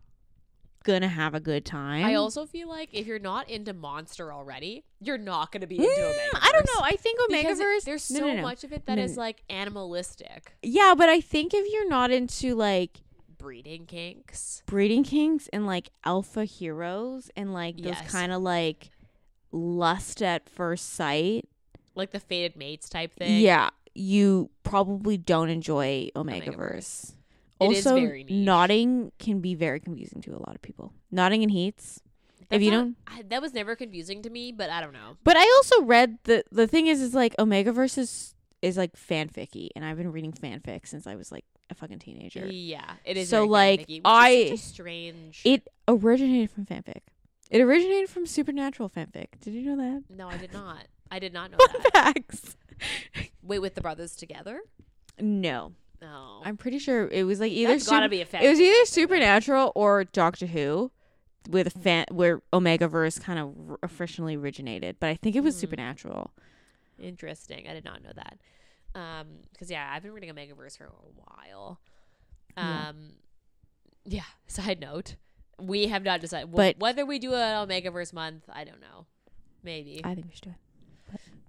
Speaker 2: gonna have a good time.
Speaker 3: I also feel like if you're not into Monster already, you're not going to be into
Speaker 2: Mm,
Speaker 3: Omegaverse.
Speaker 2: I don't know. I think
Speaker 3: Because it-
Speaker 2: omegaverse.
Speaker 3: there's
Speaker 2: no,
Speaker 3: so
Speaker 2: no, no.
Speaker 3: much of it that is
Speaker 2: No, no.
Speaker 3: like animalistic
Speaker 2: Yeah, but I think if you're not into like
Speaker 3: breeding kinks.
Speaker 2: breeding kings and like alpha heroes and like those
Speaker 3: Yes.
Speaker 2: kind of like lust at first sight,
Speaker 3: Like the fated mates type thing.
Speaker 2: yeah, you probably don't enjoy omegaverse.
Speaker 3: Omegaverse. It is
Speaker 2: Also,
Speaker 3: very niche.
Speaker 2: nodding can be very confusing to a lot of people. Nodding and heats. if
Speaker 3: That's
Speaker 2: you
Speaker 3: not-
Speaker 2: don't
Speaker 3: I, that was never confusing to me, but I don't know.
Speaker 2: But I also read the the thing is is like Omegaverse is is like fanficky, and I've been reading fanfic since I was like a fucking teenager.
Speaker 3: Yeah, it is.
Speaker 2: So,
Speaker 3: very
Speaker 2: like,
Speaker 3: fanficky, which is
Speaker 2: I-
Speaker 3: such a strange.
Speaker 2: It originated from fanfic. It originated from supernatural fanfic. Did you know
Speaker 3: no, I did not. I did not know that.
Speaker 2: that? Facts.
Speaker 3: Wait, with the brothers together?
Speaker 2: No,
Speaker 3: No,
Speaker 2: I'm pretty sure it was like either
Speaker 3: That's gotta
Speaker 2: super-
Speaker 3: be a fan
Speaker 2: it was either
Speaker 3: fiction,
Speaker 2: supernatural or Doctor Who, with a fan where Omegaverse kind of r- officially originated. But I think it was
Speaker 3: Mm.
Speaker 2: supernatural.
Speaker 3: interesting. I did not know that. Um, because yeah, I've been reading a Megaverse for a while. Um, yeah. Side note, we have not decided wh-
Speaker 2: But-
Speaker 3: whether we do an Omegaverse month. I don't know. Maybe.
Speaker 2: I think we should do it.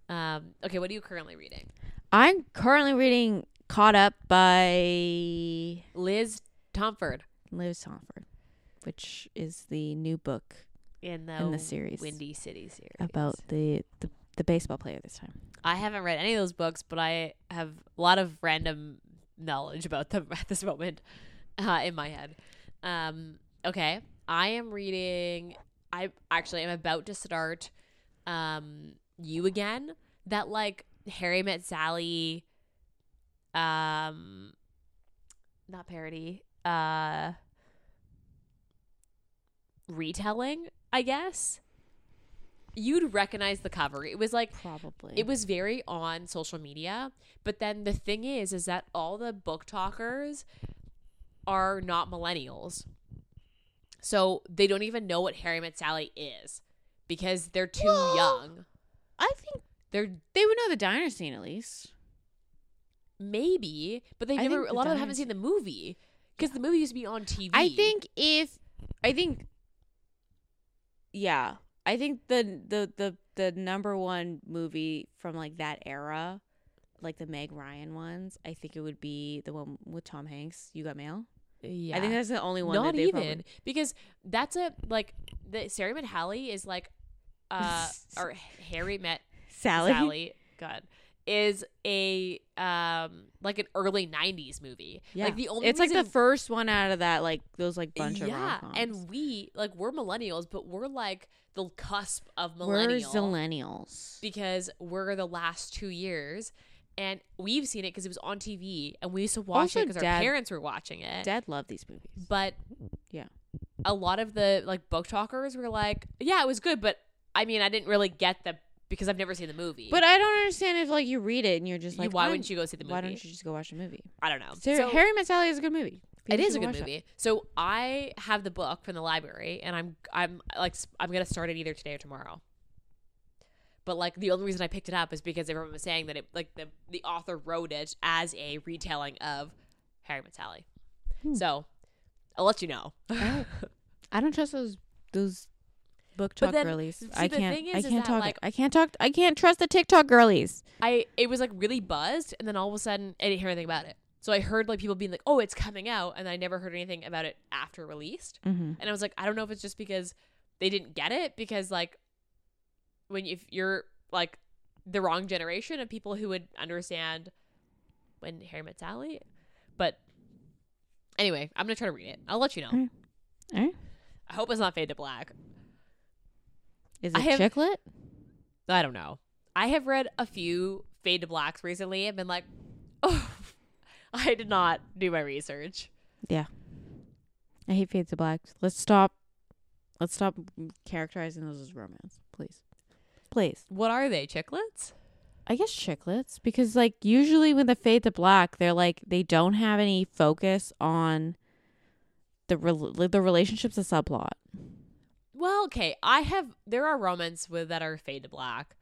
Speaker 3: Um. Okay. What are you currently reading?
Speaker 2: I'm currently reading Caught Up by
Speaker 3: Liz Tomford
Speaker 2: Liz Sanford, which is the new book
Speaker 3: in the,
Speaker 2: in the series
Speaker 3: Windy City series
Speaker 2: about the, the the baseball player this time.
Speaker 3: I haven't read any of those books, but I have a lot of random knowledge about them at this moment uh, in my head. Um, okay, I am reading. I actually am about to start um, you again. That like Harry Met Sally, um, not parody, uh, retelling. I guess you'd recognize the cover. It was like
Speaker 2: Probably
Speaker 3: it was very on social media, but then the thing is, is that all the book talkers are not millennials, so they don't even know what Harry Met Sally is because they're too
Speaker 2: Well-
Speaker 3: young.
Speaker 2: I think
Speaker 3: They're
Speaker 2: they would know the diner scene at least.
Speaker 3: maybe, but they
Speaker 2: I
Speaker 3: never.
Speaker 2: think
Speaker 3: A
Speaker 2: the
Speaker 3: lot of them haven't
Speaker 2: Dyers-
Speaker 3: seen the movie because the movie used to be on TV.
Speaker 2: I think if I think yeah, I think the the the the number one movie from like that era, like the Meg Ryan ones, I think it would be the one with Tom Hanks. You got mail.
Speaker 3: yeah.
Speaker 2: I think that's the only one.
Speaker 3: not
Speaker 2: that they
Speaker 3: even
Speaker 2: probably-
Speaker 3: because that's a like the Sarah Met Halley is like uh or Harry Met
Speaker 2: Sally.
Speaker 3: Sally, God, is a um like an early '90s movie.
Speaker 2: Yeah.
Speaker 3: like the only
Speaker 2: it's like the
Speaker 3: reason-
Speaker 2: first one out of that like those like bunch of
Speaker 3: yeah,
Speaker 2: rom-coms.
Speaker 3: and we like we're millennials, but we're like the cusp of
Speaker 2: we're
Speaker 3: millennial
Speaker 2: millennials.
Speaker 3: because we're the last two years, and we've seen it because it was on TV, and we used to watch
Speaker 2: Also,
Speaker 3: it because our
Speaker 2: Dad-
Speaker 3: parents were watching it.
Speaker 2: Dad loved these movies.
Speaker 3: but
Speaker 2: Yeah.
Speaker 3: a lot of the like book talkers were like, yeah, it was good, but I mean, I didn't really get the because I've never seen the movie.
Speaker 2: But I don't understand if like you read it and you're just
Speaker 3: You-
Speaker 2: like,
Speaker 3: why
Speaker 2: I'm-
Speaker 3: wouldn't you go see the movie?
Speaker 2: Why don't you just go watch the movie?
Speaker 3: I don't know.
Speaker 2: Sarah,
Speaker 3: So-
Speaker 2: Harry Met Sally is a good movie.
Speaker 3: It
Speaker 2: People
Speaker 3: is a
Speaker 2: should
Speaker 3: good
Speaker 2: watch that.
Speaker 3: movie. So I have the book from the library, and I'm I'm like s- I'm gonna start it either today or tomorrow. But like the only reason I picked it up is because everyone was saying that it like the the author wrote it as a retelling of Harry Met Sally.
Speaker 2: Hmm. Oh.
Speaker 3: So I'll let you know.
Speaker 2: I don't trust those those book
Speaker 3: But
Speaker 2: talk
Speaker 3: then-
Speaker 2: girlies.
Speaker 3: see,
Speaker 2: I
Speaker 3: the
Speaker 2: can't.
Speaker 3: thing is,
Speaker 2: I
Speaker 3: is
Speaker 2: can't
Speaker 3: that,
Speaker 2: talk.
Speaker 3: like-
Speaker 2: I can't talk. I can't trust the TikTok girlies.
Speaker 3: I it was like really buzzed, and then all of a sudden I didn't hear anything about it. So I heard like people being like, "Oh, it's coming out," and I never heard anything about it after released.
Speaker 2: Mm-hmm.
Speaker 3: And I was like, I don't know if it's just because they didn't get it, because like when if you're like the wrong generation of people who would understand when Harry Met Sally, but Anyway, I'm gonna try to read it. I'll let you know.
Speaker 2: Alright. Alright.
Speaker 3: I hope it's not fade to black.
Speaker 2: Is
Speaker 3: I
Speaker 2: it
Speaker 3: have-
Speaker 2: chiclet?
Speaker 3: I don't know. I have read a few fade to blacks recently and been like, oh, I did not do my research.
Speaker 2: I hate fades to blacks. Let's stop. Let's stop characterizing those as romance, please. Please.
Speaker 3: What are they? Chiclets?
Speaker 2: I guess chiclets because like usually when they fade to black, they're like they don't have any focus on the rel the relationships a subplot.
Speaker 3: Well, okay. I have there are romance with that are fade to black,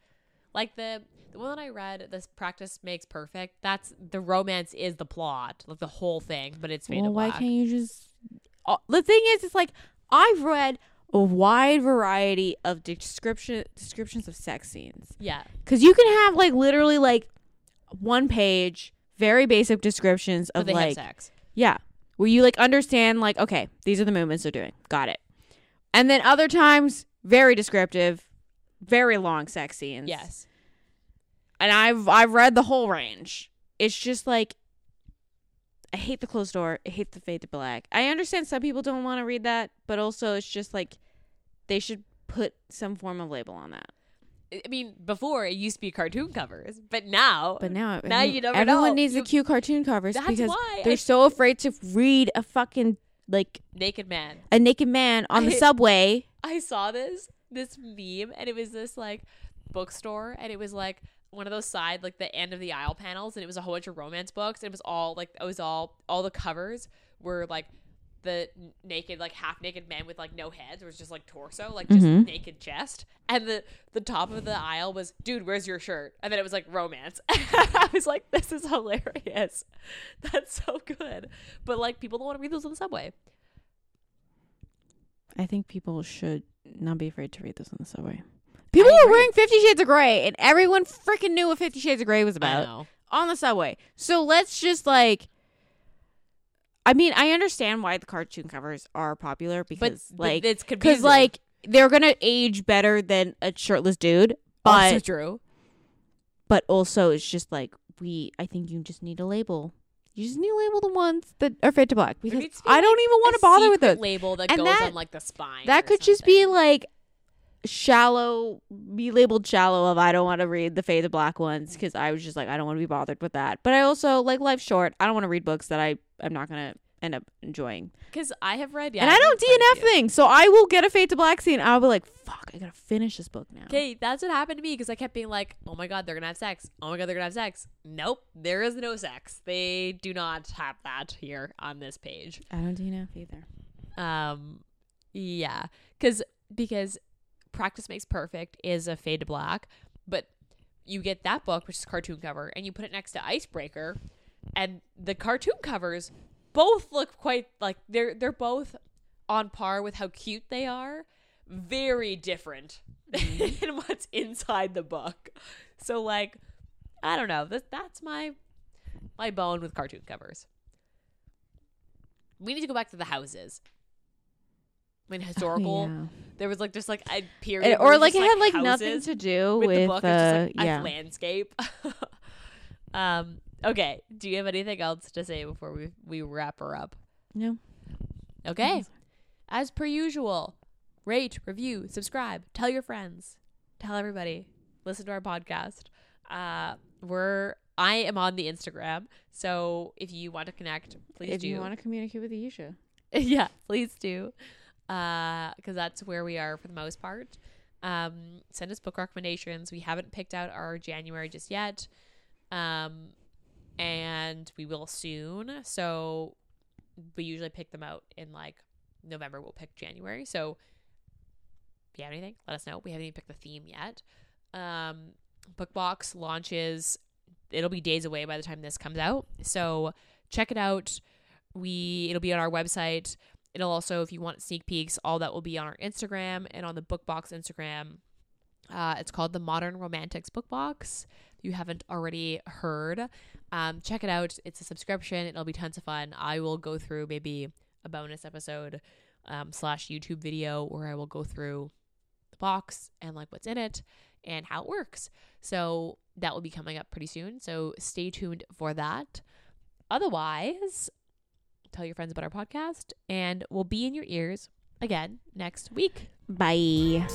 Speaker 3: like the the one that I read. This practice makes perfect. That's the romance is the plot, like the whole thing, but it's fade
Speaker 2: well,
Speaker 3: to
Speaker 2: why
Speaker 3: black.
Speaker 2: can't you just? Uh, the thing is, it's like I've read a wide variety of description descriptions of sex scenes
Speaker 3: yeah,
Speaker 2: because you can have like literally like one page, very basic descriptions
Speaker 3: but
Speaker 2: of
Speaker 3: they
Speaker 2: like
Speaker 3: have sex.
Speaker 2: Yeah. Where you like understand like, okay, these are the movements they're doing. Got it. And then other times, very descriptive, very long sex scenes.
Speaker 3: Yes,
Speaker 2: And I've I've read the whole range. It's just like I hate the closed door. I hate the fade to black. I understand some people don't want to read that, but also it's just like they should put some form of label on that.
Speaker 3: I I mean before it used to be cartoon covers, but now,
Speaker 2: But now,
Speaker 3: Now you never
Speaker 2: everyone
Speaker 3: know.
Speaker 2: needs
Speaker 3: You-
Speaker 2: a cute cartoon covers
Speaker 3: that's
Speaker 2: because
Speaker 3: why
Speaker 2: they're
Speaker 3: I-
Speaker 2: so afraid to read a fucking like
Speaker 3: naked man.
Speaker 2: a naked man on the
Speaker 3: I-
Speaker 2: subway.
Speaker 3: I saw this this meme and it was this like bookstore and it was like one of those side like the end of the aisle panels and it was a whole bunch of romance books and it was all like it was all all the covers were like the n- naked like half naked men with like no heads it was just like torso like just
Speaker 2: Mhm.
Speaker 3: naked chest and the the top of the aisle was dude where's your shirt and then it was like romance i was like this is hilarious that's so good but like people don't want to read those on the subway
Speaker 2: I think people should not be afraid to read this on the subway. People were wearing Fifty Shades of Grey, and everyone freaking knew what Fifty Shades of Grey was
Speaker 3: i
Speaker 2: about
Speaker 3: know
Speaker 2: on the subway. So let's just like. I mean, I understand why the cartoon covers are popular
Speaker 3: but
Speaker 2: because,
Speaker 3: but
Speaker 2: like,
Speaker 3: it's
Speaker 2: because
Speaker 3: confusing
Speaker 2: like they're gonna age better than a shirtless dude, but
Speaker 3: also true
Speaker 2: but also it's just like we. I think you just need a label. You just need to label the ones that are fit to black because
Speaker 3: needs to be,
Speaker 2: I don't even want to bother with
Speaker 3: secret
Speaker 2: those.
Speaker 3: label that
Speaker 2: And
Speaker 3: goes
Speaker 2: that-
Speaker 3: on like the spine.
Speaker 2: That
Speaker 3: or
Speaker 2: could just be
Speaker 3: something.
Speaker 2: like shallow, be labeled shallow of I don't want to read the Fade the Black ones because I was just like, I don't want to be bothered with that. But I also like life's short. I don't want to read books that I am not going to end up enjoying.
Speaker 3: because I have read yeah,
Speaker 2: and I don't DNF things. So I will get a Fade to Black scene. I'll be like, fuck, I got to finish this book now.
Speaker 3: Okay, that's what happened to me because I kept being like, "Oh my god, they're gonna have sex. Oh my god, they're gonna have sex." Nope, there is no sex. They do not have that here on this page.
Speaker 2: I don't DNF either.
Speaker 3: Um, yeah, because because practice makes perfect is a fade to black, but you get that book which is cartoon cover and you put it next to Icebreaker, and the cartoon covers both look quite like they're they're both on par with how cute they are. Very different than what's inside the book. So like, I don't know. That that's my my bone with cartoon covers. We need to go back to the houses. I mean, historical. There was like just like a period,
Speaker 2: And-
Speaker 3: where
Speaker 2: or
Speaker 3: it was
Speaker 2: like it
Speaker 3: just,
Speaker 2: had like nothing
Speaker 3: houses
Speaker 2: to do
Speaker 3: with,
Speaker 2: with,
Speaker 3: the book.
Speaker 2: uh,
Speaker 3: it's just like
Speaker 2: yeah.
Speaker 3: a landscape. um. Okay. Do you have anything else to say before we we wrap her up?
Speaker 2: No.
Speaker 3: Okay. As per usual, rate, review, subscribe, tell your friends, tell everybody, listen to our podcast. Uh, we're I am on the Instagram, so if you want to connect, please
Speaker 2: if
Speaker 3: do.
Speaker 2: you want to communicate with Aisha.
Speaker 3: yeah, please do, because that's where we are for the most part. Um, send us book recommendations. We haven't picked out our January just yet, um, and we will soon. So we usually pick them out in like November. We'll pick January. So if you have anything, let us know. We haven't even picked the theme yet. Um, Bookbox launches. It'll be days away by the time this comes out. So check it out we it'll be on our website it'll also if you want sneak peeks all that will be on our instagram and on the bookbox instagram uh, it's called the modern romantics book box if you haven't already heard um, check it out it's a subscription it'll be tons of fun i will go through maybe a bonus episode um, slash youtube video where i will go through the box and like what's in it and how it works so that will be coming up pretty soon so stay tuned for that otherwise tell your friends about our podcast, and we'll be in your ears again next week.
Speaker 2: Bye.